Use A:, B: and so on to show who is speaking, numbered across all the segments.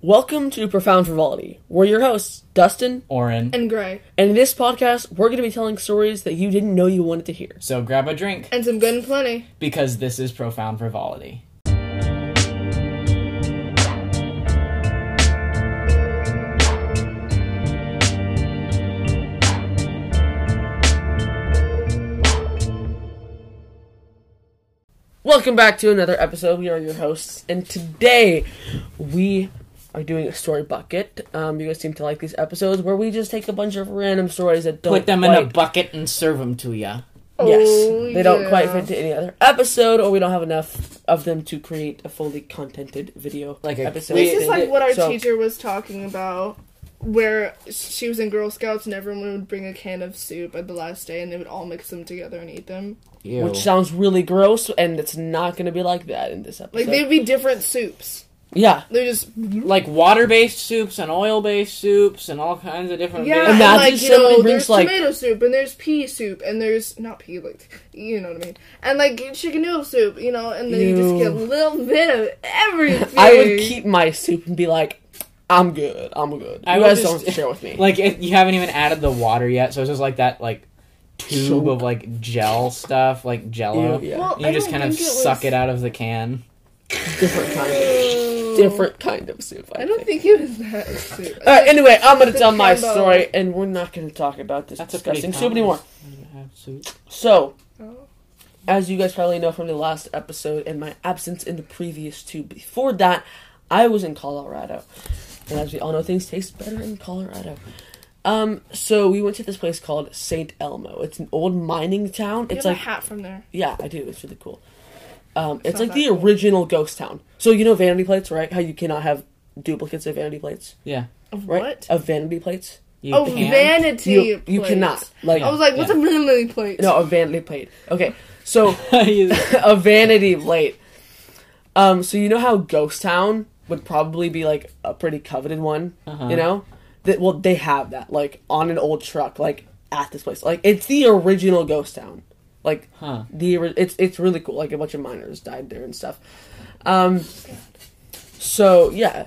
A: Welcome to Profound Frivolity. We're your hosts, Dustin,
B: Oren.
C: and gray
A: and in this podcast, we're going to be telling stories that you didn't know you wanted to hear.
B: So grab a drink
C: and some good and plenty.
B: because this is profound frivolity.
A: Welcome back to another episode. We are your hosts, and today we are doing a story bucket. Um, you guys seem to like these episodes where we just take a bunch of random stories that don't
B: Put them
A: quite,
B: in a bucket and serve them to ya.
A: Yes,
C: Oh,
A: they don't
C: yeah.
A: quite fit into any other episode, or we don't have enough of them to create a fully contented video
B: Like a-
A: episode.
C: This is like what our
A: So-
C: teacher was talking about, where she was in Girl Scouts and everyone would bring a can of soup at the last day and they would all mix them together and eat them.
B: Ew.
A: which sounds really gross, and it's not going to be like that in this
C: Like
A: episode.
C: they'd be different soups.
A: yeah,
C: They just
B: like water-based soups and oil-based soups and all kinds of different.
C: yeah,
A: Oh, Imagine
C: and like you
A: somebody
C: know,
A: brings,
C: there's
A: like-
C: tomato soup and there's pea soup and there's not pea like you know what I mean, and like chicken noodle soup, you know, and then you
A: Ew.
C: just get a little bit of everything.
A: I would keep my soup and be like, I'm good, I'm good. You
B: I would
A: guys
B: just-
A: don't share with me.
B: Like it, you haven't even added the water yet, so it's just like that like tube
A: Soak.
B: of like gel stuff, like Jello.
A: Ew, yeah.
C: Well,
B: You
C: I
B: just
C: don't
B: kind of
C: think it was-
B: suck it out of the can.
A: different kind of different kind of soup. I,
C: I don't
A: think.
C: think it was that soup.
A: All right. Anyway, I'm gonna
C: The
A: tell my
C: combo.
A: story, and we're not gonna talk about this
B: That's a pretty
A: disgusting soup
B: common-
A: anymore.
B: Soup.
A: So,
C: Oh.
A: as you guys probably know from the last episode and my absence in the previous two before that, I was in Colorado. And as we all know, things taste better in Colorado. Um, so we went to this place called St. Elmo. It's an old mining town.
C: You
A: It's
C: have
A: like
C: a hat from there.
A: Yeah, I do. It's really cool. Um, it's like
C: not that
A: the
C: cool.
A: original ghost town. So you know vanity plates, right? How you cannot have duplicates of vanity plates,
B: Yeah.
C: Of
A: right?
C: What?
A: Of vanity plates.
B: You
C: Oh,
B: can.
C: vanity
A: You
C: plates. Oh.
A: you cannot like
C: I was like, what's
B: Yeah.
C: a vanity plate?
A: no a vanity plate. Okay, so
B: You-
A: a vanity plate. Um, so you know how ghost town would probably be like a pretty coveted one.
B: Uh-huh.
A: You know that well they have that like on an old truck like at this place like it's the original ghost town like
B: Huh.
A: the ori- it's it's really cool. Like a bunch of miners died there and stuff. Um, so yeah,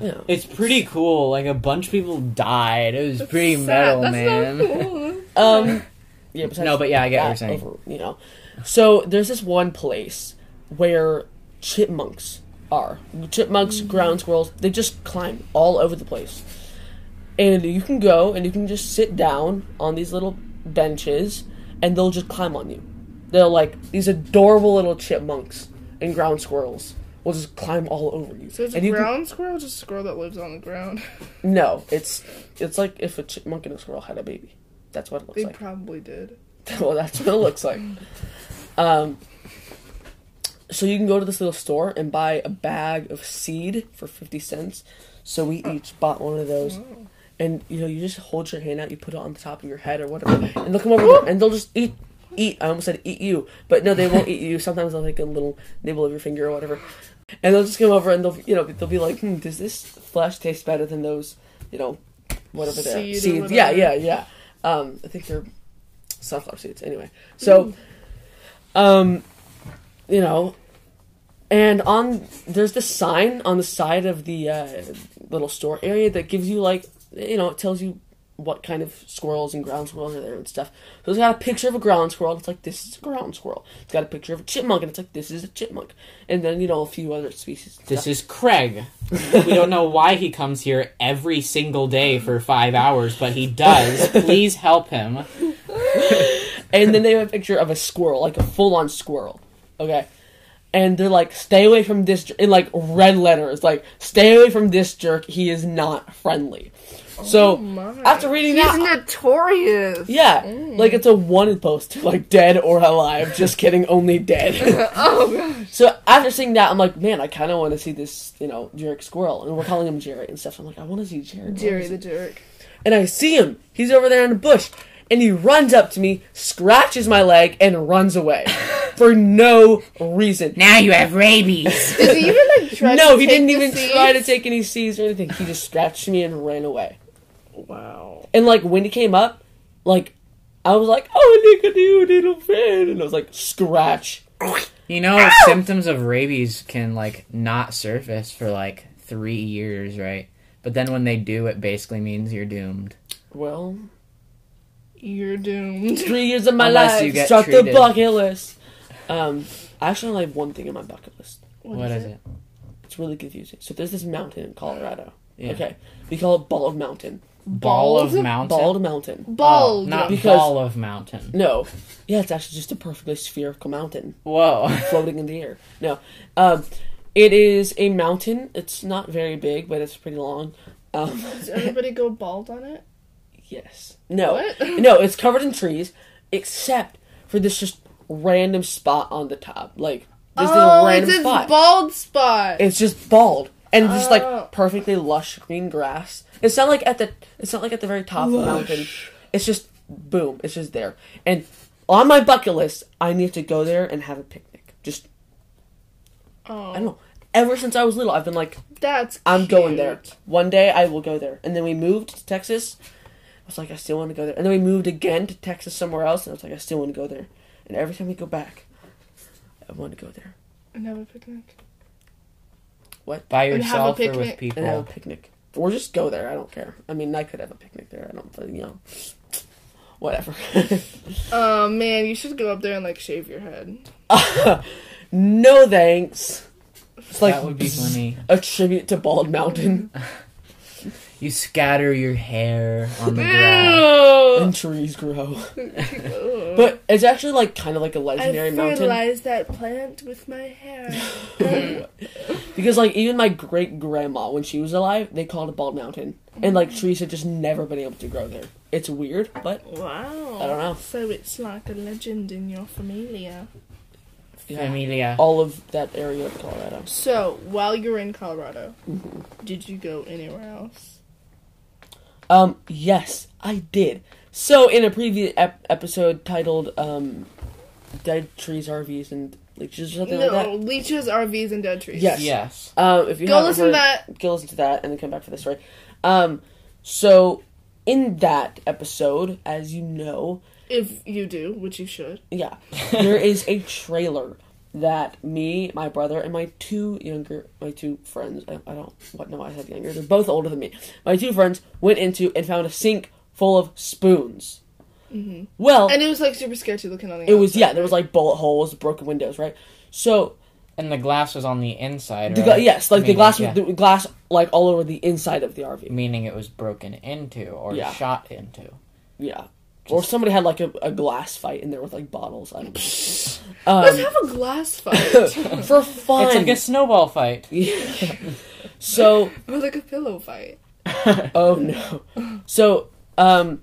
A: yeah.
B: It's pretty cool. Like a bunch of people died. It was pretty
C: Sad.
B: metal,
C: That's
B: man.
C: Not cool.
A: Um, yeah. Besides
B: No, but yeah, I get what
A: that
B: you're saying.
A: over- you know, so there's this one place where chipmunks are. Chipmunks,
B: Mm.
A: ground squirrels. They just climb all over the place, and you can go and you can just sit down on these little benches, and they'll just climb on you. They'll like these adorable little chipmunks and ground squirrels will just climb all over you.
C: So it's
A: and
C: a
A: you can-
C: ground squirrel, or just a squirrel that lives on the ground.
A: No, it's it's like if a chipmunk and a squirrel had a baby. That's what it looks
C: They
A: like.
C: probably did.
A: well, that's what it looks like. Um, so you can go to this little store and buy a bag of seed for fifty cents. So we each bought one of those, and you know you just hold your hand out, you put it on the top of your head or whatever, and they'll come over and they'll just eat. Eat. I almost said eat you, but no, they won't eat you. Sometimes they'll take a little nibble of your finger or whatever, and they'll just come over and they'll you know they'll be like, hmm, does this flesh taste better than those you know whatever they're
C: Seed or
A: seeds? Yeah, yeah,
C: whatever.
A: yeah. Um, I think they're sunflower seeds anyway
C: Hmm.
A: so um you know and on there's this sign on the side of the uh, little store area that gives you like you know it tells you what kind of squirrels and ground squirrels are there and stuff so it's got a picture of a ground squirrel and it's like this is a ground squirrel it's got a picture of a chipmunk and it's like this is a chipmunk and then you know a few other species and
B: This
A: stuff.
B: is Craig. we don't know why he comes here every single day for five hours, but he does. Please help him.
A: and then they have a picture of a squirrel like a full-on squirrel okay and they're like, "Stay away from this," jer-" in like red letters, like, "Stay away from this jerk. He is not friendly." So Oh.
C: Oh.
A: after reading
C: He's
A: that,
C: notorious.
A: yeah,
C: Mm.
A: like it's a wanted post, like dead or alive. Just kidding, only dead.
C: Oh gosh.
A: so after seeing that, I'm like, man, I kind of want to see this, you know, jerk squirrel, and we're calling him Jerry and stuff. I'm like, I want to see Jerry. Where
C: Jerry
A: is
C: the
A: he?
C: jerk.
A: and I see him. He's over there in a bush, and he runs up to me, scratches my leg, and runs away for no reason.
B: Now you have rabies.
C: Did he even like try
A: no,
C: to
A: he
C: take
A: didn't
C: the
A: even
C: seed?
A: try to take any seeds or anything. He just scratched me and ran away.
C: Wow.
A: And like when he came up, like I was like, "Oh, nigga, do little friend," and I was like, "Scratch."
B: You know, symptoms of rabies can like not surface for like three years, right? But then when they do, it basically means you're doomed.
A: Well,
C: You're doomed.
A: three years of my
B: Unless you
A: life.
B: get
A: Start the
B: treated.
A: bucket list. Um, I actually only have one thing in my bucket list.
B: what is, it?
A: It's really confusing. So there's this mountain in Colorado.
B: Yeah.
A: Okay, we call it Bald Mountain.
B: Ball of
C: Bald?
B: mountain.
A: Bald Mountain.
B: Oh,
C: Bald.
B: not
A: Because-
B: ball of mountain.
A: No, yeah, it's actually just a perfectly spherical mountain
B: Whoa.
A: floating in the air. No, um, it is a mountain. It's not very big, but it's pretty long. Um,
C: Does everybody go bald on it?
A: Yes. No.
C: What?
A: no, it's covered in trees, except for this just random spot on the top. Like this little
C: oh,
A: random
C: it's his
A: spot.
C: bald spot.
A: it's just bald. And it's just
C: Oh.
A: like perfectly lush green grass. It's not like at the it's not like at the very top of the mountain. It's just boom, it's just there. And on my bucket list, I need to go there and have a picnic. Just
C: oh,
A: I don't know. Ever since I was little, I've been like
C: that's.
A: I'm going
C: cute.
A: there. One day I will go there. And then we moved to Texas. I was like, I still want to go there. And then we moved again to Texas somewhere else. And I was like, I still want to go there. And every time we go back, I want to go there
C: And have a picnic.
B: By
C: And have
B: yourself
C: a
B: or with
C: picnic. Oh.
A: and have
B: people.
A: a picnic. Or just go there. I don't care. I mean, I could have a picnic there. I don't, but, you know, whatever.
C: Oh man, you should go up there and like shave your head.
A: no thanks. It's like
B: that would be funny.
A: a tribute to Bald Mountain
B: You scatter your hair on the ground.
A: and
C: Ew.
A: trees grow.
C: Ew.
A: But it's actually like kind of like a
C: I
A: legendary mountain.
C: fertilized that plant with my hair.
A: Because like even my great grandma, when she was alive, they called it Bald Mountain, and like trees had just never been able to grow there. It's weird, but
C: wow.
A: I don't know.
C: So it's like a legend in your familia.
A: yeah,
B: Familia.
A: all of that area of Colorado.
C: So while you're in Colorado,
A: Mm-hmm.
C: did you go anywhere else?
A: Um, yes, I did. So in a previous ep- episode titled um, "Dead Trees, RVs, and Leeches" or something
C: no,
A: like that.
C: leeches, RVs, and dead trees.
A: Yes.
B: Yes.
A: Um, if you
C: Go
A: haven't
C: listen
A: heard,
C: to that.
A: go listen to that and then come back for this right um so in that episode as you know
C: If you do, which you should.
A: yeah there is a trailer that me my brother and my two younger my two friends i, I don't what no i said younger they're both older than me my two friends went into and found a sink full of spoons
C: Mm-hmm.
A: well
C: And it was like super sketchy looking on the
A: Oh. it was yeah there was like bullet holes broken windows right so
B: And the glass was on the inside,
A: the,
B: right?
A: gla- yes like the
B: Meaning-
A: glass
B: yeah. Mm.
A: was the glass like all over the inside of the rv
B: Meaning it was broken into or
A: Yeah.
B: shot into.
A: Yeah. or somebody had like a, a glass fight in there with like bottles. I don't um,
C: Let's have a glass fight.
A: know. For fun.
B: It's like a snowball fight.
A: Yeah. So,
C: or like a pillow fight.
A: oh no. So, um,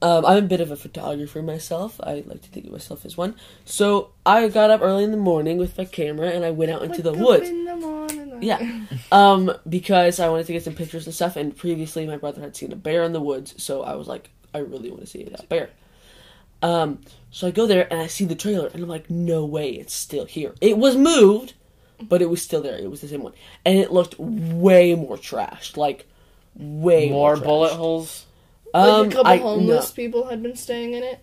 A: um, I'm a bit of a photographer myself. I like to think of myself as one. So I got up early in the morning with my camera and I went out into the
C: Wake up
A: woods.
C: in the uh, morning.
A: Yeah. Um, because I wanted to get some pictures and stuff, and previously my brother had seen a bear in the woods, so I was like, I really want to see that bear. Um, so I go there and I see the trailer, and I'm like, no way, it's still here. It was moved, but it was still there. It was the same one, and it looked way more trashed, like way
B: More
A: trashed.
B: bullet holes.
C: Like
A: Um,
C: a couple
A: I- no.
C: homeless people had been staying in it.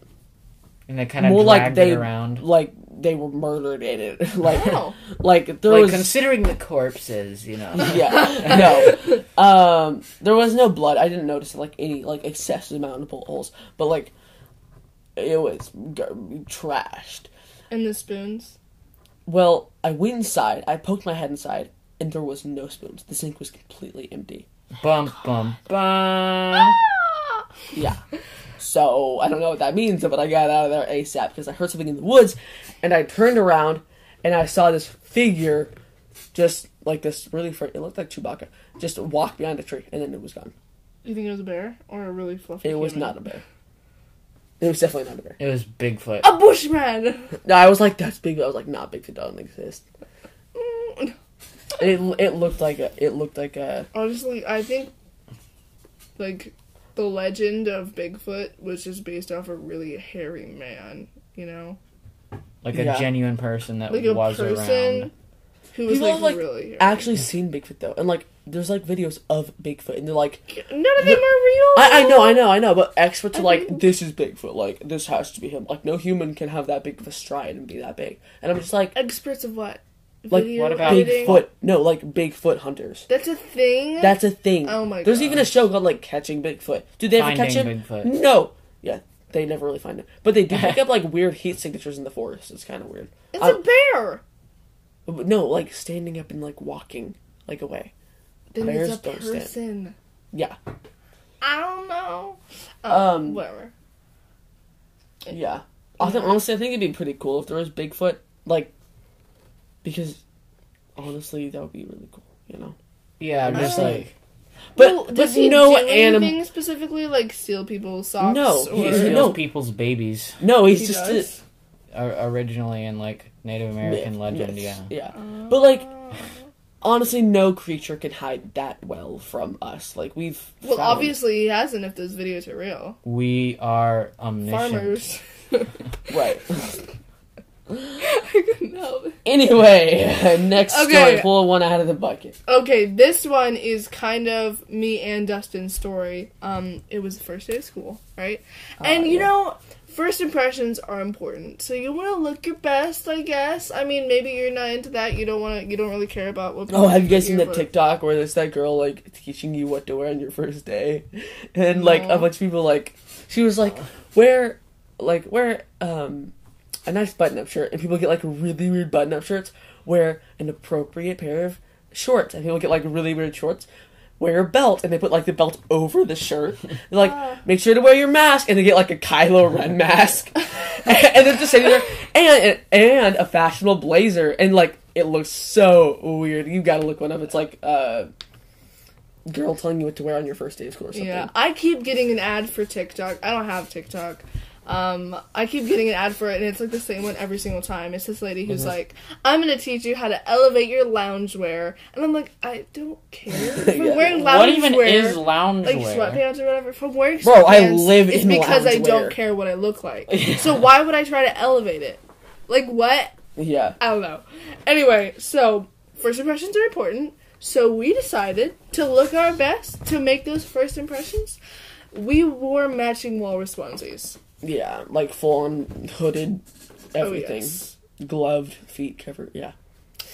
B: And they kind of
A: More
B: dragged
A: like they
B: it around.
A: like they were murdered in it, like
C: Wow.
A: like there
B: Like,
A: was
B: considering the corpses, you know.
A: yeah, no. Um, there was no blood. I didn't notice like any like excessive amount of bullet holes, but like it was g- trashed.
C: And the spoons.
A: Well, I went inside. I poked my head inside, and there was no spoons. The sink was completely empty.
B: bum, bum, bum.
A: Yeah. So I don't know what that means, but I got out of there ASAP because I heard something in the woods, and I turned around and I saw this figure, just like this really. Fr- it looked like Chewbacca. Just walked behind a tree, and then it was gone.
C: You think it was a bear or a really fluffy?
A: It was
C: human?
A: not a bear. It was definitely not a bear.
B: It was Bigfoot.
A: Oh,
C: a bushman.
A: No, I was like, that's big. I was like, not big. It doesn't exist. And it it looked like a it looked like a
C: Honestly, I think like the legend of Bigfoot was just based off a really hairy man. You know,
B: Like a
A: Yeah.
B: genuine person that
C: like a
B: was
C: person
B: around.
C: who was
A: People
C: like,
A: have, like,
C: really hairy.
A: actually seen Bigfoot though, and like there's like videos of Bigfoot, and they're like,
C: None of them are real.
A: I I know I know Oh. I know, but experts are
C: Okay.
A: like, this is Bigfoot. Like this has to be him. Like no human can have that big of a stride and be that big. And I'm just like,
C: Experts of what?
A: Like,
C: Video
B: what about-
C: editing?
A: Bigfoot. No, like Bigfoot hunters.
C: That's a thing.
A: That's a thing.
C: Oh my
A: There's even a
C: gosh.
A: show called like Catching Bigfoot. Do they ever catch
B: Finding
A: him?
B: Bigfoot.
A: No. Yeah, they never really find him, but they do pick up like weird heat signatures in the forest. It's kind of weird.
C: it's
A: I-
C: a bear.
A: but no, like standing up and like walking like away.
C: Then
A: bears
C: it's a
A: don't stand.
C: person.
A: Yeah,
C: I don't know. Oh,
A: Um,
C: whatever.
A: yeah. I think honestly, I think it'd be pretty cool if there was Bigfoot, like, because honestly, that would be really cool. You know,
B: Yeah, I'm just
A: Really?
B: like
A: but
C: Well,
A: there's
C: does he
A: no
C: do
A: animal.
C: anything specifically like steal people's socks?
A: No,
B: he
A: Or-
B: steals
A: No.
B: people's babies
A: No, he's
C: He
A: just a-
C: does?
B: o- originally in like Native American
A: myth,
B: legend.
A: myths,
B: Yeah,
A: yeah.
C: Uh,
A: But like, honestly, no creature can hide that well from us. Like we've
C: Well,
A: found-
C: obviously he hasn't if those videos are real.
B: we are omniscient.
C: Farmers.
A: right.
C: I couldn't help it.
A: anyway, next story.
C: Okay.
A: Pull one out of the bucket.
C: Okay, this one is kind of me and Dustin's story. Um, it was the first day of school, right? and you
A: Uh, Ah, yeah.
C: know, first impressions are important. So you want to look your best, I guess. I mean, maybe you're not into that. You don't want to. You don't really care about what.
A: Oh, have you guys seen
C: people
A: that
C: think
A: TikTok where there's that girl like teaching you what to wear on your first day, and like
C: No.
A: a bunch of people like she was like wear like wear um a nice button up shirt, and people get like really weird button up shirts. Wear an appropriate pair of shorts, and people get like really weird shorts. Wear a belt, and they put like the belt over the shirt. They're like,
C: Uh.
A: make sure to wear your mask, and they get like a Kylo Ren mask, and they're just sitting there, and and a fashionable blazer, and like it looks so weird. You gotta look one up. It's like uh, girl telling you what to wear on your first day of school or
C: you're-
A: something.
C: Yeah, I keep getting an ad for TikTok. I don't have TikTok. Um, I keep getting an ad for it, and it's like the same one every single time. It's this lady
A: Mm-hmm.
C: who's like, "I'm gonna teach you how to elevate your loungewear," and I'm like, "I don't care. If I'm
A: Yeah.
C: wearing loungewear.
B: What even is
C: like
B: loungewear?
C: sweatpants or whatever. If I'm wearing
A: Bro, I
C: sweatpants,
A: live
C: it's
A: in
C: because I
A: loungewear.
C: don't care what I look like. So why would I try to elevate it? Like what?
A: Yeah.
C: I don't know. Anyway, so first impressions are important. So we decided to look our best to make those first impressions. We wore matching walrus onesies.
A: Yeah, like full on hooded, everything,
C: Oh yes,
A: gloved, feet covered. Yeah,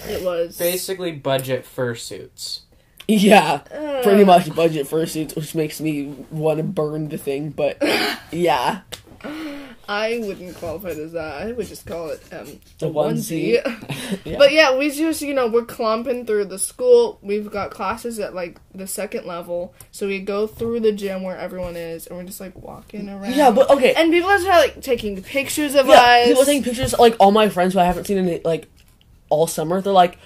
C: it was.
B: Basically, budget fursuits.
A: yeah,
C: Uh,
A: pretty much budget fursuits, which makes me want to burn the thing. But yeah,
C: I wouldn't qualify it as that. I would just call it um,
A: A
C: a
A: onesie.
C: onesie.
A: yeah.
C: But yeah, we just you know we're clomping through the school. We've got classes at like the second level, so we go through the gym where everyone is, and we're just like walking around.
A: yeah, but okay.
C: and people are like taking pictures of
A: yeah,
C: us.
A: people taking pictures. Like all my friends who I haven't seen in like all summer, they're like,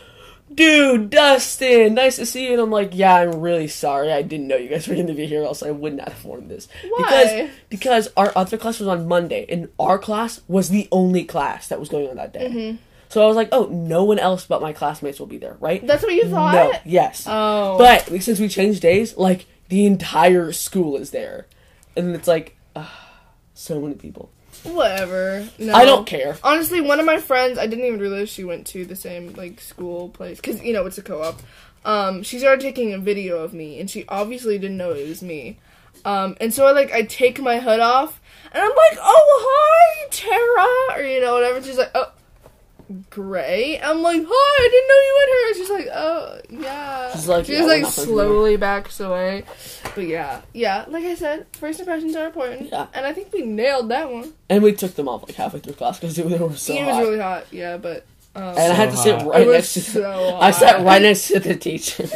A: "Dude, Dustin, nice to see you." And I'm like, "Yeah, I'm really sorry. I didn't know you guys were going to be here. Else, I would not have worn this."
C: Why?
A: Because because our other class was on Monday, and our class was the only class that was going on that day. So I was like, "Oh, no one else but my classmates will be there, right?"
C: That's what you thought.
A: no. Yes.
C: Oh,
A: But since we changed days, like the entire school is there, and it's like, uh, so many people.
C: whatever. No.
A: I don't care.
C: Honestly, one of my friends, I didn't even realize she went to the same like school place because you know it's a co-op. Um, she started taking a video of me, and she obviously didn't know it was me. Um, and so I like I take my hood off, and I'm like, "Oh hi, Tara," or you know whatever. She's like, "Oh, Gray." I'm like, "Hi, I didn't know you went here." She's like, "Oh yeah."
A: She's like,
C: she
A: "Yeah,
C: just
A: we're
C: like
A: not friends
C: slowly backs away. But yeah, yeah. Like I said, first impressions are important,
A: Yeah.
C: and I think we nailed that one.
A: And we took them off like halfway through class because they were so
C: it was
A: hot.
C: really hot, yeah, but um,
A: and I had to sit
B: hot.
A: right
C: it was
A: next to.
C: so
A: I sat
C: hot.
A: right next to the teacher.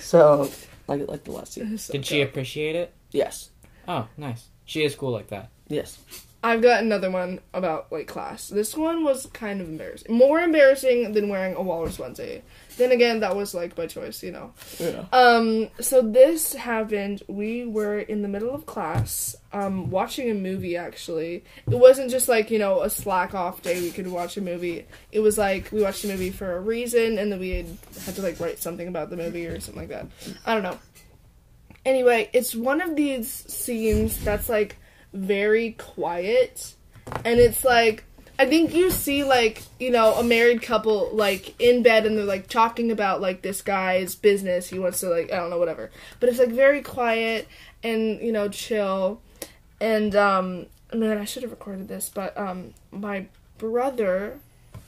A: so, like, like the last seat.
C: So
B: Did she appreciate it?
A: Yes,
B: Oh, nice. She is cool like that.
A: yes.
C: I've got another one about like class. This one was kind of embarrassing, more embarrassing than wearing a walrus onesie. Then again, that was like by choice, you know.
A: Yeah.
C: Um, so this happened. We were in the middle of class, um, watching a movie. Actually, it wasn't just like you know a slack off day. We could watch a movie. It was like we watched a movie for a reason, and then we had, had to like write something about the movie or something like that. I don't know. Anyway, it's one of these scenes that's like very quiet, and it's like I think you see like you know a married couple like in bed and they're like talking about like this guy's business. He wants to like I don't know whatever, but it's like very quiet and you know chill. And um, man, I should have recorded this, but um, my brother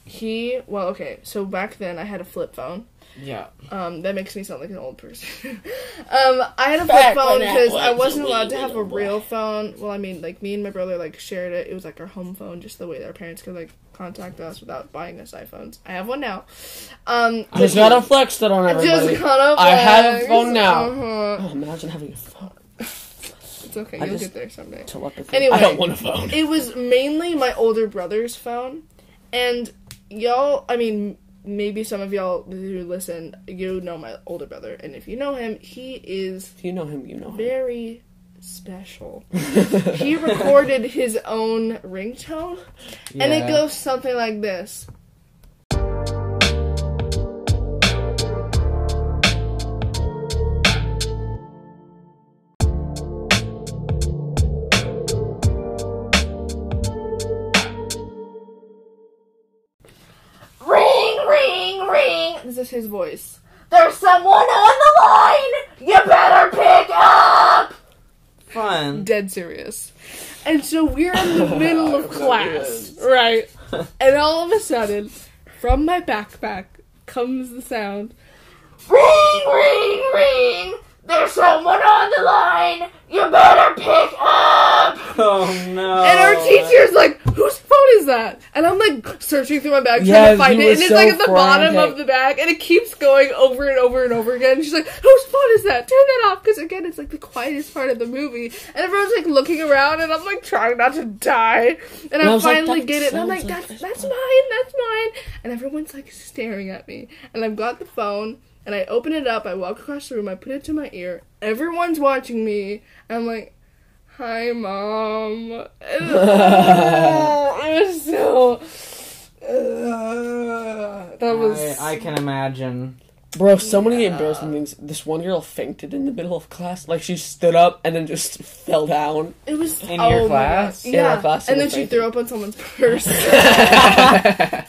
C: he well okay so back then i had a flip phone
B: Yeah.
C: um that makes me sound like an old person um i had a flip
D: Back
C: phone
D: when that
C: because i
D: was
C: wasn't
D: a
C: allowed to
D: wee
C: have a
D: little boy.
C: real phone well i mean like me and my brother like shared it it was like our home phone just the way that our parents could like contact us without buying us iphones i have one now um
A: Just
C: but-
A: gotta flex that on everybody.
C: just got up
A: I have a
C: legs.
A: phone now.
C: uh-huh.
A: Oh, imagine having a phone.
C: it's okay
A: I
C: you'll
A: just-
C: get there someday
A: Telepathy.
C: Anyway.
A: I don't want a phone.
C: it was mainly my older brother's phone and y'all i mean maybe some of y'all who listen you know my older brother and if you know him he is
A: If you know him, you know him.
C: very special he recorded his own ringtone and it
B: Yeah.
C: goes something like this
D: Ring, ring, ring.
C: this is his voice
D: There's someone on the line. You better pick up.
B: Fun.
C: dead serious and so we're in the middle of class
A: Yes.
C: right and all of a sudden from my backpack comes the sound
D: Ring, ring, ring. There's someone on the line. You better pick up.
B: Oh no.
C: And our teacher's like, whose phone is that? And I'm like searching through my bag trying
A: Yeah,
C: to find
A: you
C: it.
A: were
C: And it's
A: so
C: like at the bottom
A: frantic.
C: of the bag and it keeps going over and over and over again. She's like, whose phone is that? Turn that off. Because again, it's like the quietest part of the movie. And everyone's like looking around and I'm like trying not to die. And,
A: I
C: I,
A: was like,
C: finally
A: that
C: get it. And I'm like,
A: sounds like this
C: that's, that's mine. That's mine. And everyone's like staring at me. And I've got the phone. And I open it up, I walk across the room, I put it to my ear. Everyone's watching me. and I'm like, hi mom And- oh, it was so Ugh. that was
B: I, I can imagine.
A: Bro, so many embarrassing things. This one girl fainted in the middle of class. Like, she stood up and then just fell down.
C: it was
B: In
C: oh
B: your
C: my
B: class?
C: God.
A: In our
C: yeah
A: class,
C: and
A: it
C: then
A: was
C: she
A: like-
C: threw up on someone's purse I felt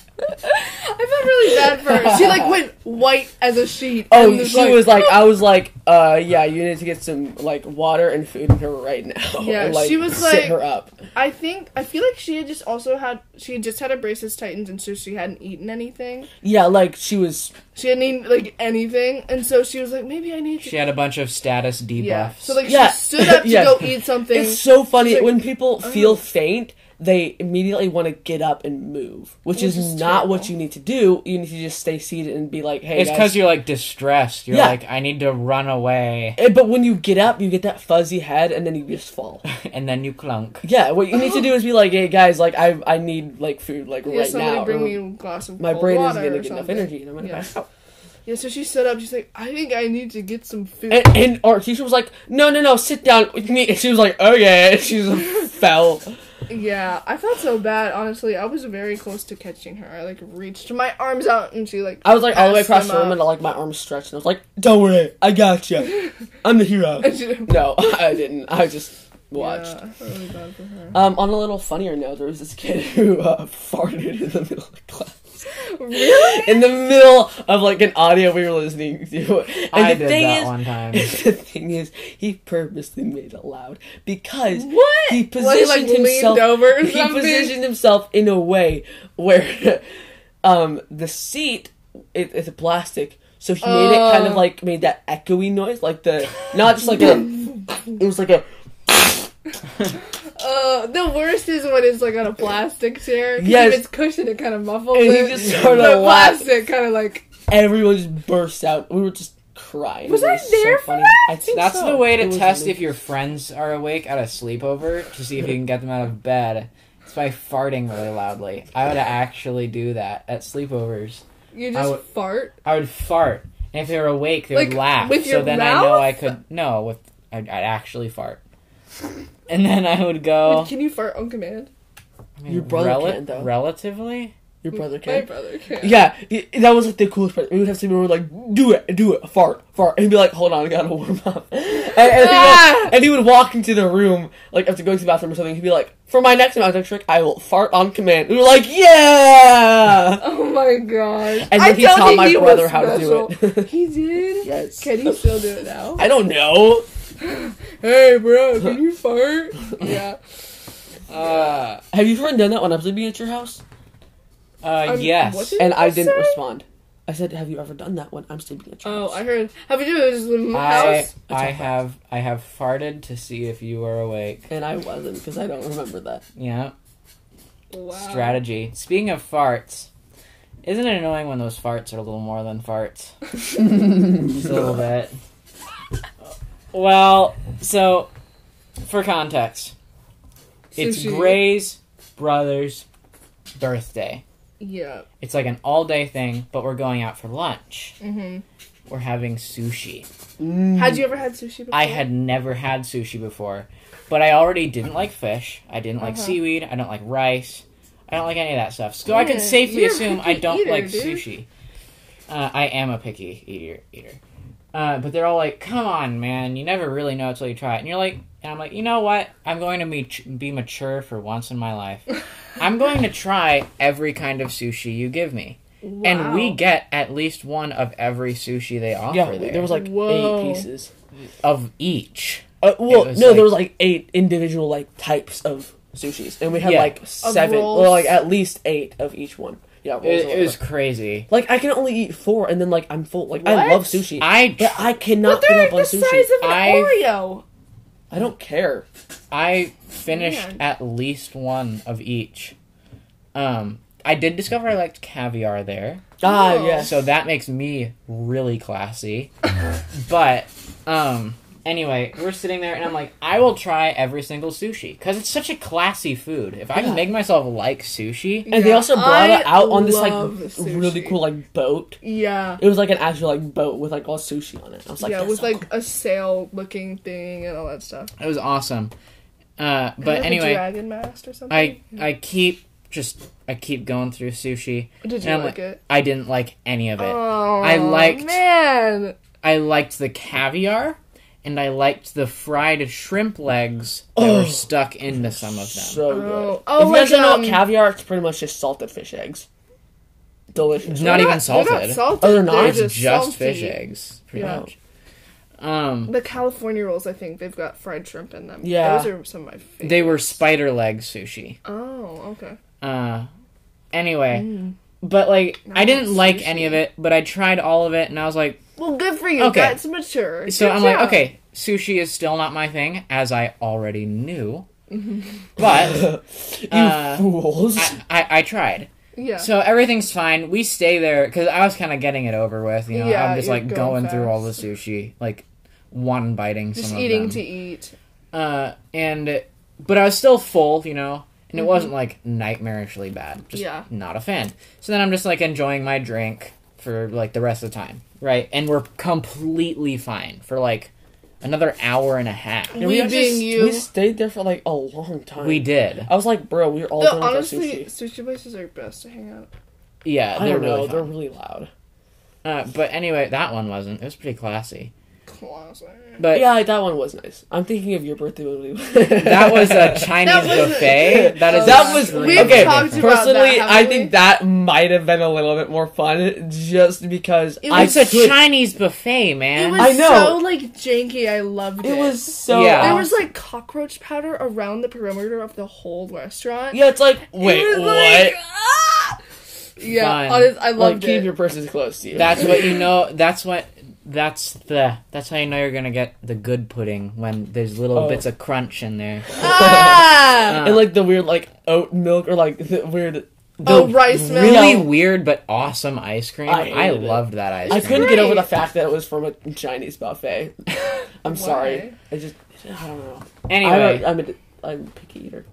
C: really bad for her she like went white as a sheet
A: Oh,
C: and
A: she was like, I was like, uh, yeah, you need to get some, like, water and food in her right now.
C: Yeah,
A: and, like,
C: she was
A: sit
C: like-
A: her up.
C: I think I feel like she had just also had she had just had her braces tightened and so she hadn't eaten anything
A: Yeah, like, she was.
C: she hadn't eaten like anything and so she was like maybe I need to
B: She had a bunch of status debuffs.
C: yeah so like
A: Yeah.
C: she stood up to
A: Yeah.
C: go eat something
A: It's so funny.
C: like,
A: when people
C: Oh.
A: feel faint, they immediately want to get up and move, which, is,
C: is
A: not what
C: terrible.
A: you need to do. You need to just stay seated and be like, hey,
B: it's
A: guys,
B: because you're like distressed. You're
A: Yeah.
B: like, I need to run away,
A: Eh, But when you get up, you get that fuzzy head, and then you just fall.
B: and then you clunk.
A: Yeah, what you need to do is be like, "Hey guys, like I I need like food like
C: Yeah,
A: right
C: somebody
A: now.
C: bring
A: or
C: me a glass of
A: my
C: cold
A: brain
C: water
A: isn't gonna
C: or
A: get enough
C: something.
A: energy, and I'm gonna
C: Yeah.
A: pass out."
C: Yeah, so she stood up. She's like, I think I need to get some food.
A: And, and our teacher was like, "No, no, no, sit down with me." And she was like, "Oh yeah," and she just fell.
C: yeah, I felt so bad. Honestly, I was very close to catching her. I like reached my arms out, and she like.
A: I was like all the way
C: passed
A: across
C: them
A: the room,
C: up.
A: and like my arms stretched, and I was like, "Don't worry, I got you. I'm the hero."
C: And she-
A: no, I didn't. I just watched.
C: Yeah, I felt really bad for her.
A: Um, on a little funnier note, there was this kid who uh, farted in the middle of class.
C: Really?
A: in the middle of like an audio we were listening to. And
B: I
A: the
B: did
A: thing
B: that
A: is,
B: one time.
A: the thing is, he purposely made it loud because
C: What?
A: he
C: Well, he,
A: positioned
C: like, leaned
A: himself
C: over or
A: he
C: something?
A: positioned himself in a way where um the seat it, it's a plastic. So he made it kind of
C: Oh.
A: like made that echoey noise, like the not just like a it was like a
C: Uh, the worst is when it's like on a plastic chair. 'cause
A: Uh, Yes.
C: If it's cushioned, it kind of muffles
A: And he
C: it.
A: just started
C: But
A: laughing.
C: plastic, kind of like.
A: everyone just burst out. We were just crying.
C: Was
A: It
C: I
A: so
C: there for
A: funny.
C: that?
A: I think
B: That's
A: so.
B: the way to
A: It was
B: test
A: amazing.
B: if your friends are awake at a sleepover to see if you can get them out of bed. It's by farting really loudly. I would actually do that at sleepovers.
C: You
B: I
C: just
B: would-
C: fart.
B: I would fart, and if they were awake, they would
C: Like,
B: laugh.
C: with your
B: so then I know
C: mouth?
B: I could no with I'd, I'd actually fart, and then I would
A: Oh.
B: go.
C: Can you fart on command?
B: I mean,
A: Your brother
B: rela-
A: can, though.
B: Relatively,
A: your brother
C: My
A: came.
C: brother can.
A: Yeah, y- that was like the coolest part. We would have to be like, do it, do it, fart, fart, and he'd be like, hold on, I gotta warm up. And, and, he,
C: Ah!
A: would, and he would walk into the room, like after going to the bathroom or something, he'd be like, for my next magic trick, I will fart on command. And we were like, yeah!
C: Oh my gosh.
A: And
C: I
A: then he
C: told
A: taught
C: you
A: my
C: he was
A: brother how to do
C: special.
A: it.
C: He did?
A: Yes.
C: Can he still do it now?
A: I don't know.
C: hey, bro, can you fart? yeah.
B: uh,
C: Uh,
A: Have you ever done that when I was living at your house?
B: Uh,
C: Um,
B: yes.
C: what's it?
A: And I
C: Yes,
A: didn't
C: sir.
A: respond. I said, "Have you ever done that when I'm sleeping at your
C: Oh, I
A: house?"
C: heard. Have you do it just in my
B: I
C: house?
B: I
A: okay.
B: have I have farted to see if you are awake.
A: and I wasn't because I don't remember that.
B: Yeah.
C: Wow.
B: Strategy. Speaking of farts, isn't it annoying when those farts are a little more than farts? Just a little bit. Well, so for context, it's
C: Sushi.
B: Gray's brother's birthday.
C: Yeah.
B: It's like an all day thing, but we're going out for lunch.
C: Mm-hmm.
B: We're having sushi.
C: Had you ever had sushi before?
B: I had never had sushi before, but I already didn't like fish. I didn't like
C: Uh-huh.
B: seaweed. I don't like rice. I don't like any of that stuff. So I
C: Yeah,
B: can safely
C: you're a
B: assume I
C: picky
B: don't
C: eater,
B: like
C: dude.
B: sushi. Uh, I am a picky eater. Eater. Uh, but they're all like, "Come on, man! You never really know until you try it." And you're like, and I'm like, you know what? I'm going to be be mature for once in my life. I'm going to try every kind of sushi you give me, and we
C: Wow.
B: get at least one of every sushi they offer.
A: Yeah,
B: there,
A: there was like
C: Whoa.
A: eight pieces.
B: of each.
A: Uh, well,
B: was
A: no,
B: like-
A: there was like eight individual like types of sushis, and we had
B: Yeah.
A: like seven,
C: rolls.
A: well, like at least eight of each one. Yeah, rolls
B: It,
A: or
B: it was
A: whatever.
B: crazy.
A: like I can only eat four, and then like I'm full. Like
C: What?
A: I love sushi,
B: I
A: but
B: tr-
A: I
C: But
A: cannot
C: they're
A: fill
C: like
A: up
C: the
A: on
C: size
A: sushi.
C: of an
B: I-
C: Oreo.
A: I don't care.
B: I finished
C: Man.
B: at least one of each. Um, I did discover I liked caviar there,
A: Ah,
C: Whoa.
A: yes.
B: so that makes me really classy. but um, anyway, we're sitting there, and I'm like, I will try every single sushi because it's such a classy food. If I
A: Yeah.
B: can make myself like sushi,
A: And they
C: Yeah,
A: also brought
C: I
A: it out on this like
C: love sushi.
A: really cool like boat.
C: Yeah.
A: It was like an actual like boat with like all sushi on it. I was like,
C: yeah,
A: That's
C: with
A: so
C: like
A: cool.
C: a sail looking thing and all that stuff.
B: it was awesome. Uh, but
C: Like a
B: anyway,
C: dragon mast or something.
B: I I keep just I keep going through sushi.
C: Did you
B: and I'm
C: like it?
B: I didn't like any of it.
C: Oh,
B: I liked-
C: Man,
B: I liked the caviar and I liked the fried shrimp legs that
A: Oh.
B: were stuck into some of them.
A: so good.
C: Oh. Oh,
A: Oh, if you guys
C: like,
A: don't know what
C: um,
A: caviar, it's pretty much just salted fish eggs. Delicious.
B: It's not even salted.
C: They're not salted.
A: Oh, they're not?
B: it's just,
C: salty.
B: fish eggs, pretty
C: Yeah.
B: much. Um,
C: The California rolls, I think they've got fried shrimp in them.
A: Yeah.
C: those are some of my favorite.
B: they were spider leg sushi.
C: Oh, okay.
B: Uh, anyway,
C: Mm.
B: but like I didn't like any of it, but I tried all of it, and I was like,
C: Well, good for you.
B: Okay.
C: That's mature.
B: so
C: Good
B: I'm like,
C: job.
B: okay, sushi is still not my thing, as I already knew,
C: Mm-hmm.
B: but
A: you
B: uh,
A: fools.
B: I, I, I tried.
C: Yeah.
B: So everything's fine. We stay there because I was kind of getting it over with. You know,
C: Yeah,
B: I'm just
C: you're
B: like
C: going
B: going, through all the
C: fast.
B: sushi, like one biting,
C: just
B: some
C: eating
B: of
C: to
B: them.
C: eat.
B: Uh, and but I was still full, you know, and it wasn't like nightmarishly bad. Just
C: Mm-hmm. Yeah.
B: not a fan. So then I'm just like enjoying my drink for like the rest of the time, right? And we're completely fine for like another hour and a half.
A: And we
C: we
A: just-
C: being you.
A: We stayed there for like a long time.
B: We did,
A: I was like, bro, we were all
C: No,
A: done with our sushi.
C: honestly, sushi places are best to hang out.
B: yeah.
A: I
B: They were
A: don't know.
B: really
A: They're
B: fun.
A: really loud.
B: Uh, but anyway, that one wasn't. It was pretty classy.
C: Classic.
B: But
A: yeah, that one was nice. I'm thinking of your birthday when we.
B: That was a Chinese
C: That was-
B: buffet. That is
A: that was
B: extremely
C: We've
A: okay.
C: talked
B: different.
C: about that,
A: Personally, I
C: haven't we?
A: think that might have been a little bit more fun, just because
C: It
A: I
B: It's a
A: could-
B: Chinese buffet, man.
C: It was
A: I know.
C: so like janky. I loved it.
A: It was so.
B: Yeah.
C: There was like cockroach powder around the perimeter of the whole restaurant.
A: Yeah, it's like wait,
C: It was
A: what?
C: like, ah! Yeah,
B: Fun.
C: honest, I
A: like
C: loved
A: keep
C: it.
A: your purses close to you.
B: that's what you know. That's what. That's the. That's how you know you're gonna get the good pudding when there's little
A: Oh.
B: bits of crunch in there. Uh,
C: ah!
A: and like the weird like oat milk or like the weird.
C: oh, rice milk.
B: really
A: No.
B: weird but awesome ice cream.
A: I
B: I,
A: hated it.
B: loved that ice
A: I
B: cream.
A: couldn't get over the
C: great.
A: fact that it was from a Chinese buffet. I'm sorry.
C: Why?
A: I just I don't know.
B: Anyway,
A: I'm, a, I'm a I'm a picky eater.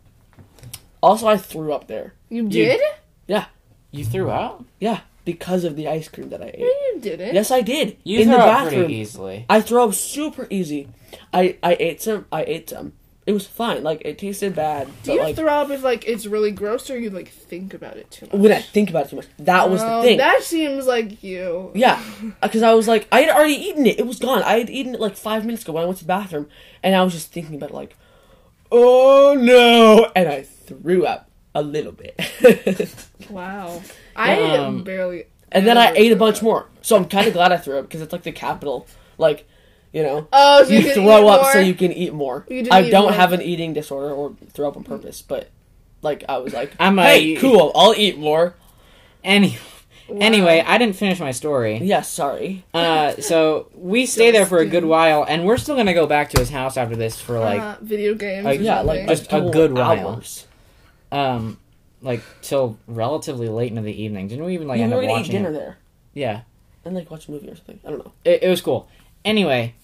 A: Also, I threw up there.
C: You did?
A: Yeah,
B: you threw out.
A: yeah, because of the ice cream that I
C: No,
A: ate.
C: you didn't.
A: Yes, I did.
B: You
A: in
B: threw
A: the
B: out
A: bathroom.
B: pretty easily.
A: I throw up super easy. I I ate some. I ate some. It was fine. Like it tasted bad.
C: Do
A: but,
C: you
A: like,
C: throw up if like it's really gross or you like think about it too much?
A: when I think about it too much, that was the
C: Oh,
A: thing.
C: That seems like you.
A: Yeah, because I was like, I had already eaten it. It was gone. I had eaten it like five minutes ago when I went to the bathroom, and I was just thinking about it, like, oh no, and I threw up a little bit,
C: Wow. I
B: Um,
C: barely.
A: and then I
C: ever
A: ate a
C: threw
A: bunch
C: up.
A: more. So I'm kind of glad I threw up because it's like the capital, like, you know,
C: Oh, so you,
A: you,
C: can
A: throw
C: eat
A: up so
C: more?
A: you can eat more.
C: You didn't
A: I
C: eat
A: don't
C: more. Mm.
A: have an eating disorder or throw up on purpose, but like I was like,
B: I'm a-
A: hey, cool, I'll eat more.
B: Any, anyway, I didn't finish my story.
A: Yeah, sorry.
B: Uh, so we stay there for a good while, and we're still gonna go back to his house after this for like
C: uh, video games.
B: like-
C: or
A: Yeah,
C: something.
A: like
B: Just a
A: whole
B: good while.
A: hours.
B: um like till relatively late into the evening. Didn't we even like
A: Yeah,
B: end
A: we
B: up
A: were gonna eat
B: watching
A: dinner
B: It?
A: there
B: Yeah,
A: and like watch a movie or something. I don't know.
B: it, it was cool. Anyway,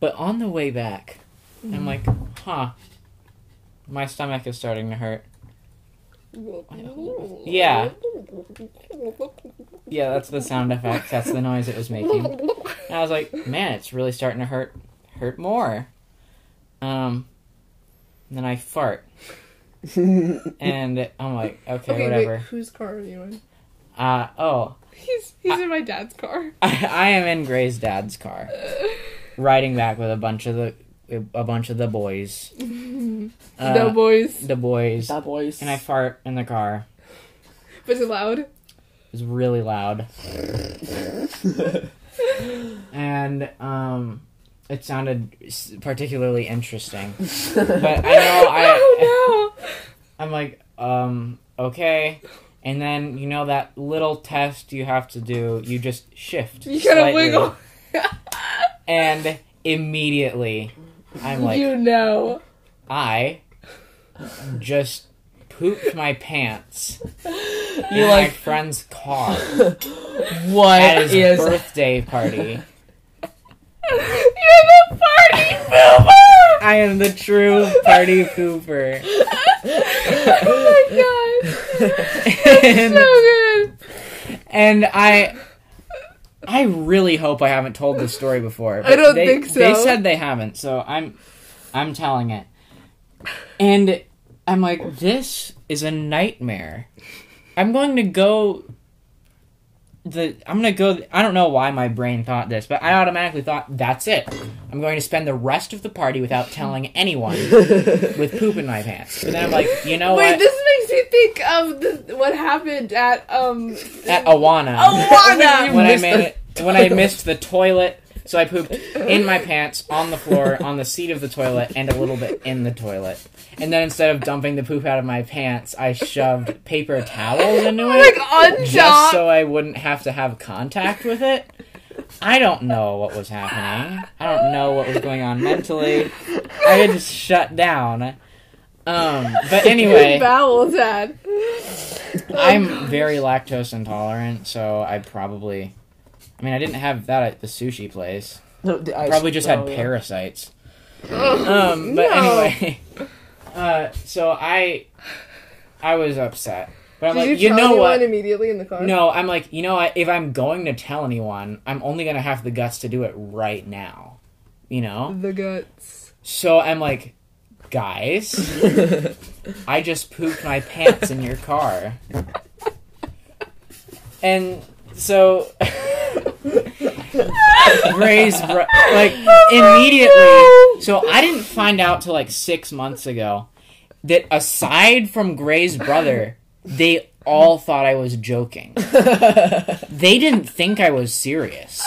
B: but on the way back, I'm like, huh, my stomach is starting to hurt. Yeah. Yeah, that's the sound effect. That's the noise it was making. And I was like, man, it's really starting to hurt hurt more. Um then I fart. and I'm like, okay,
C: Okay,
B: whatever.
C: wait, whose car are you in?
B: Uh oh.
C: He's he's in my dad's car.
B: I, I am in Gray's dad's car. Riding back with a bunch of the a bunch of the boys. Uh,
C: no boys.
B: the boys.
A: Bad boys.
B: And I fart in the car.
C: Was it loud?
B: It was really loud. and um it sounded s- particularly interesting. But I know I
C: oh no!
B: I'm like um okay. And then you know that little test you have to do, you just shift.
C: You gotta
B: slightly,
C: wiggle.
B: And immediately I'm like
C: you know.
B: I just pooped my pants
A: You're
B: in my
A: like,
B: friend's car at
A: what
B: his
A: is?
B: birthday party.
C: You're the party pooper!
B: I am the true party pooper.
C: oh my god!
B: and,
C: So good.
B: and I I really hope I haven't told this story before. but
C: don't
B: they-
C: think so.
B: They said they haven't, so I'm I'm telling it. And I'm like, this is a nightmare. I'm going to go the I'm gonna go I don't know why my brain thought this, but I automatically thought that's it. I'm going to spend the rest of the party without telling anyone with poop in my pants. But then I'm like, you know
C: Wait,
B: what?
C: this makes me think of the, what happened at um
B: At Uh, Awana.
C: Awana.
B: when I
A: missed
B: made it, when I missed the toilet, so I pooped in my pants on the floor, on the seat of the toilet, and a little bit in the toilet. And then instead of dumping the poop out of my pants, I shoved paper towels into
C: like
B: it
C: on
B: just
C: top.
B: so I wouldn't have to have contact with it. I don't know what was happening. I don't know what was going on mentally. I had just shut down. Um, but anyway,
C: Bowel, Dad. Oh,
B: I'm very lactose intolerant, so I probably. I mean, I didn't have that at the sushi place.
A: No, the
B: I
A: ice-
B: probably just had
A: oh, yeah.
B: parasites. Um, but
C: no.
B: anyway, uh, so I, I was upset. But I'm
C: Did
B: like,
C: you
B: you,
C: tell
B: know
C: anyone
B: what?
C: immediately in the car?
B: No, I'm like, you know what? If I'm going to tell anyone, I'm only gonna have the guts to do it right now. You know.
C: The guts.
B: So I'm like, guys, I just pooped my pants in your car. And so Gray's bro- like immediately. So I didn't find out till like 6 months ago that aside from Gray's brother, they all thought I was joking. They didn't think I was serious.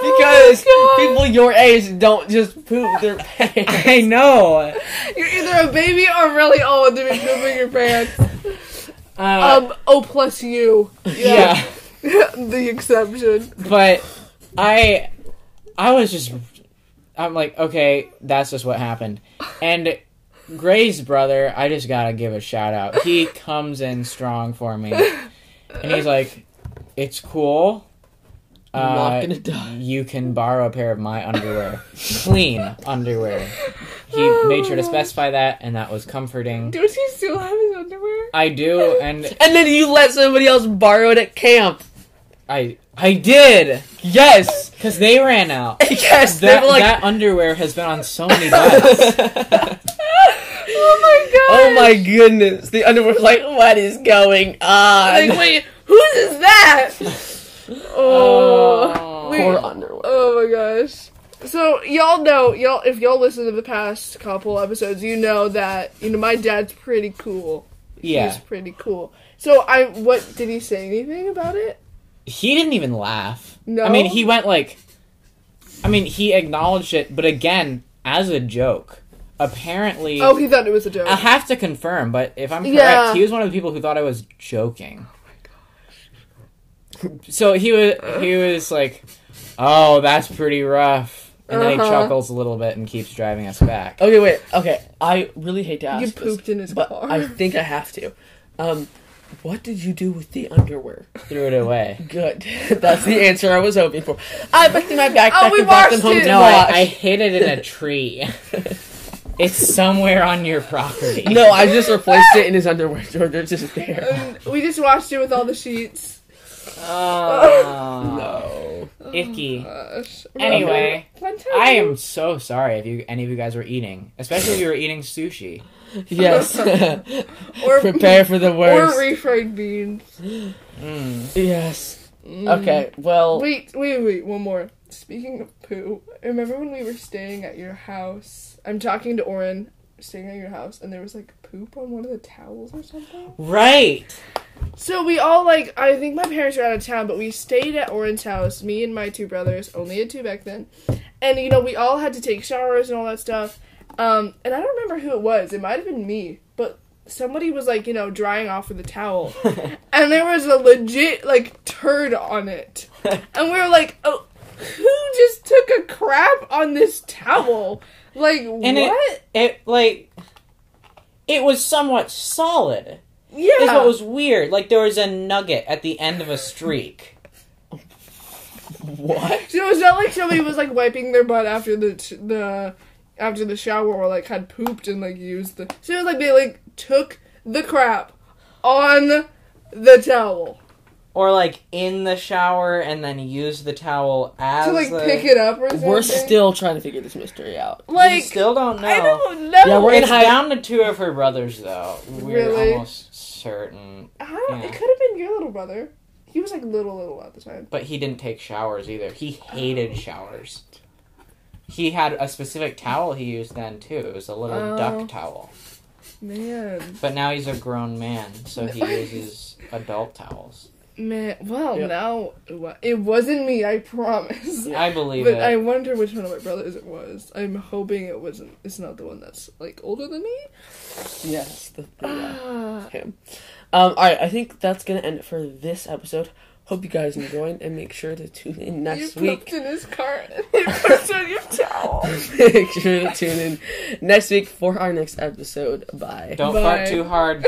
A: because people your age don't just poop their pants.
B: I know.
C: You're either a baby or really old to be pooping your pants.
B: Uh,
C: Um, O plus you.
B: yeah.
C: the exception.
B: but I I was just I'm like, okay, that's just what happened. And Gray's brother, I just gotta give a shout out. He comes in strong for me. And he's like, It's cool.
A: I'm
B: Uh,
A: not gonna die.
B: you can borrow a pair of my underwear. Clean underwear. He made sure to specify that and that was comforting.
C: Don't you still have his underwear?
B: I do and
A: And then you let somebody else borrow it at camp.
B: I I did
A: Yes,
B: because they ran out.
A: yes.
B: That,
A: they were like,
B: that underwear has been on so many butts.
C: Oh my god!
A: oh my goodness. The underwear was like, what is going on?
C: Like, wait, whose is that? Oh. wait.
A: Poor underwear.
C: Oh my gosh. So y'all know y'all if y'all listen to the past couple episodes, you know that you know my dad's pretty cool. He's
B: Yeah.
C: pretty cool. So I what did he say anything about it?
B: He didn't even laugh.
C: No?
B: I mean, he went like. I mean, he acknowledged it, but again, as a joke. Apparently.
C: Oh, he thought it was a joke.
B: I have to confirm, but if I'm correct,
C: Yeah.
B: he was one of the people who thought I was joking. So he was he was like, "Oh, that's pretty rough," and then
C: Uh-huh.
B: he chuckles a little bit and keeps driving us back.
A: Okay, wait. Okay, I really hate to ask.
C: You
A: this,
C: pooped in his
A: but
C: car.
A: I think I have to. Um, what did you do with the underwear?
B: Threw it away.
A: Good. That's the answer I was hoping for. I packed in my backpack
C: Oh, we
A: and brought them
C: washed
A: home
C: it.
A: to
B: No,
A: wash.
B: I, I hid it in a tree. it's somewhere on your property.
A: no, I just replaced it in his underwear. They're just there.
C: And we just washed it with all the sheets.
B: Oh,
A: No.
B: icky.
C: Gosh.
B: Anyway,
C: Fun time.
B: I am so sorry if you any of you guys were eating, especially if you were eating sushi.
A: Yes.
C: Or,
A: Prepare for the
C: or
A: worst.
C: refried beans.
B: Mm.
A: yes. Okay. Well.
C: Wait, wait, wait, one more. Speaking of poo, remember when we were staying at your house? I'm talking to Oren, staying at your house, and there was like poop on one of the towels or something?
B: Right.
C: So we all like, I think my parents were out of town, but we stayed at Oren's house, me and my two brothers, only had two back then. And you know, we all had to take showers and all that stuff. Um, and I don't remember who it was, it might have been me, but somebody was like, you know, drying off with a towel. and there was a legit like turd on it. And we were like, oh, who just took a crap on this towel? Like,
B: And it-
C: what?
B: It like it was somewhat solid.
C: yeah.
B: That's what was weird. Like there was a nugget at the end of a streak.
A: What?
C: So it's not like somebody was like wiping their butt after the the after the shower or like had pooped and like used the. So it was like they like took the crap on the towel
B: Or like in the shower and then use the towel as
C: to like
B: the-
C: pick it up or something.
A: We're still trying to figure this mystery out.
B: we
C: like
B: still don't know.
C: I don't know.
A: Yeah, we're in
B: it's
A: high-
B: down to two of her brothers though. We're
C: Really?
B: almost certain.
C: I don't- It
B: Yeah.
C: could have been your little brother. He was like little little at the time.
B: But he didn't take showers either. He hated showers. He had a specific towel he used then too. It was a little
C: Oh.
B: duck towel.
C: Man,
B: But now he's a grown man, so he uses adult towels.
C: man. Well,
A: Yeah.
C: now it wa- it wasn't me. I promise.
B: I believe
C: But
B: it.
C: I wonder which one of my brothers it was. I'm hoping it wasn't. It's not the one that's like older than me.
A: Yes. The, yeah.
C: Ah.
A: him. Um, all right, I think that's gonna end it for this episode. Hope you guys enjoyed, and make sure to tune in next
C: you
A: week.
C: pooped in his car and he put on your towel.
A: make sure to tune in next week for our next episode. Bye.
B: Don't
C: Bye.
B: fart too hard.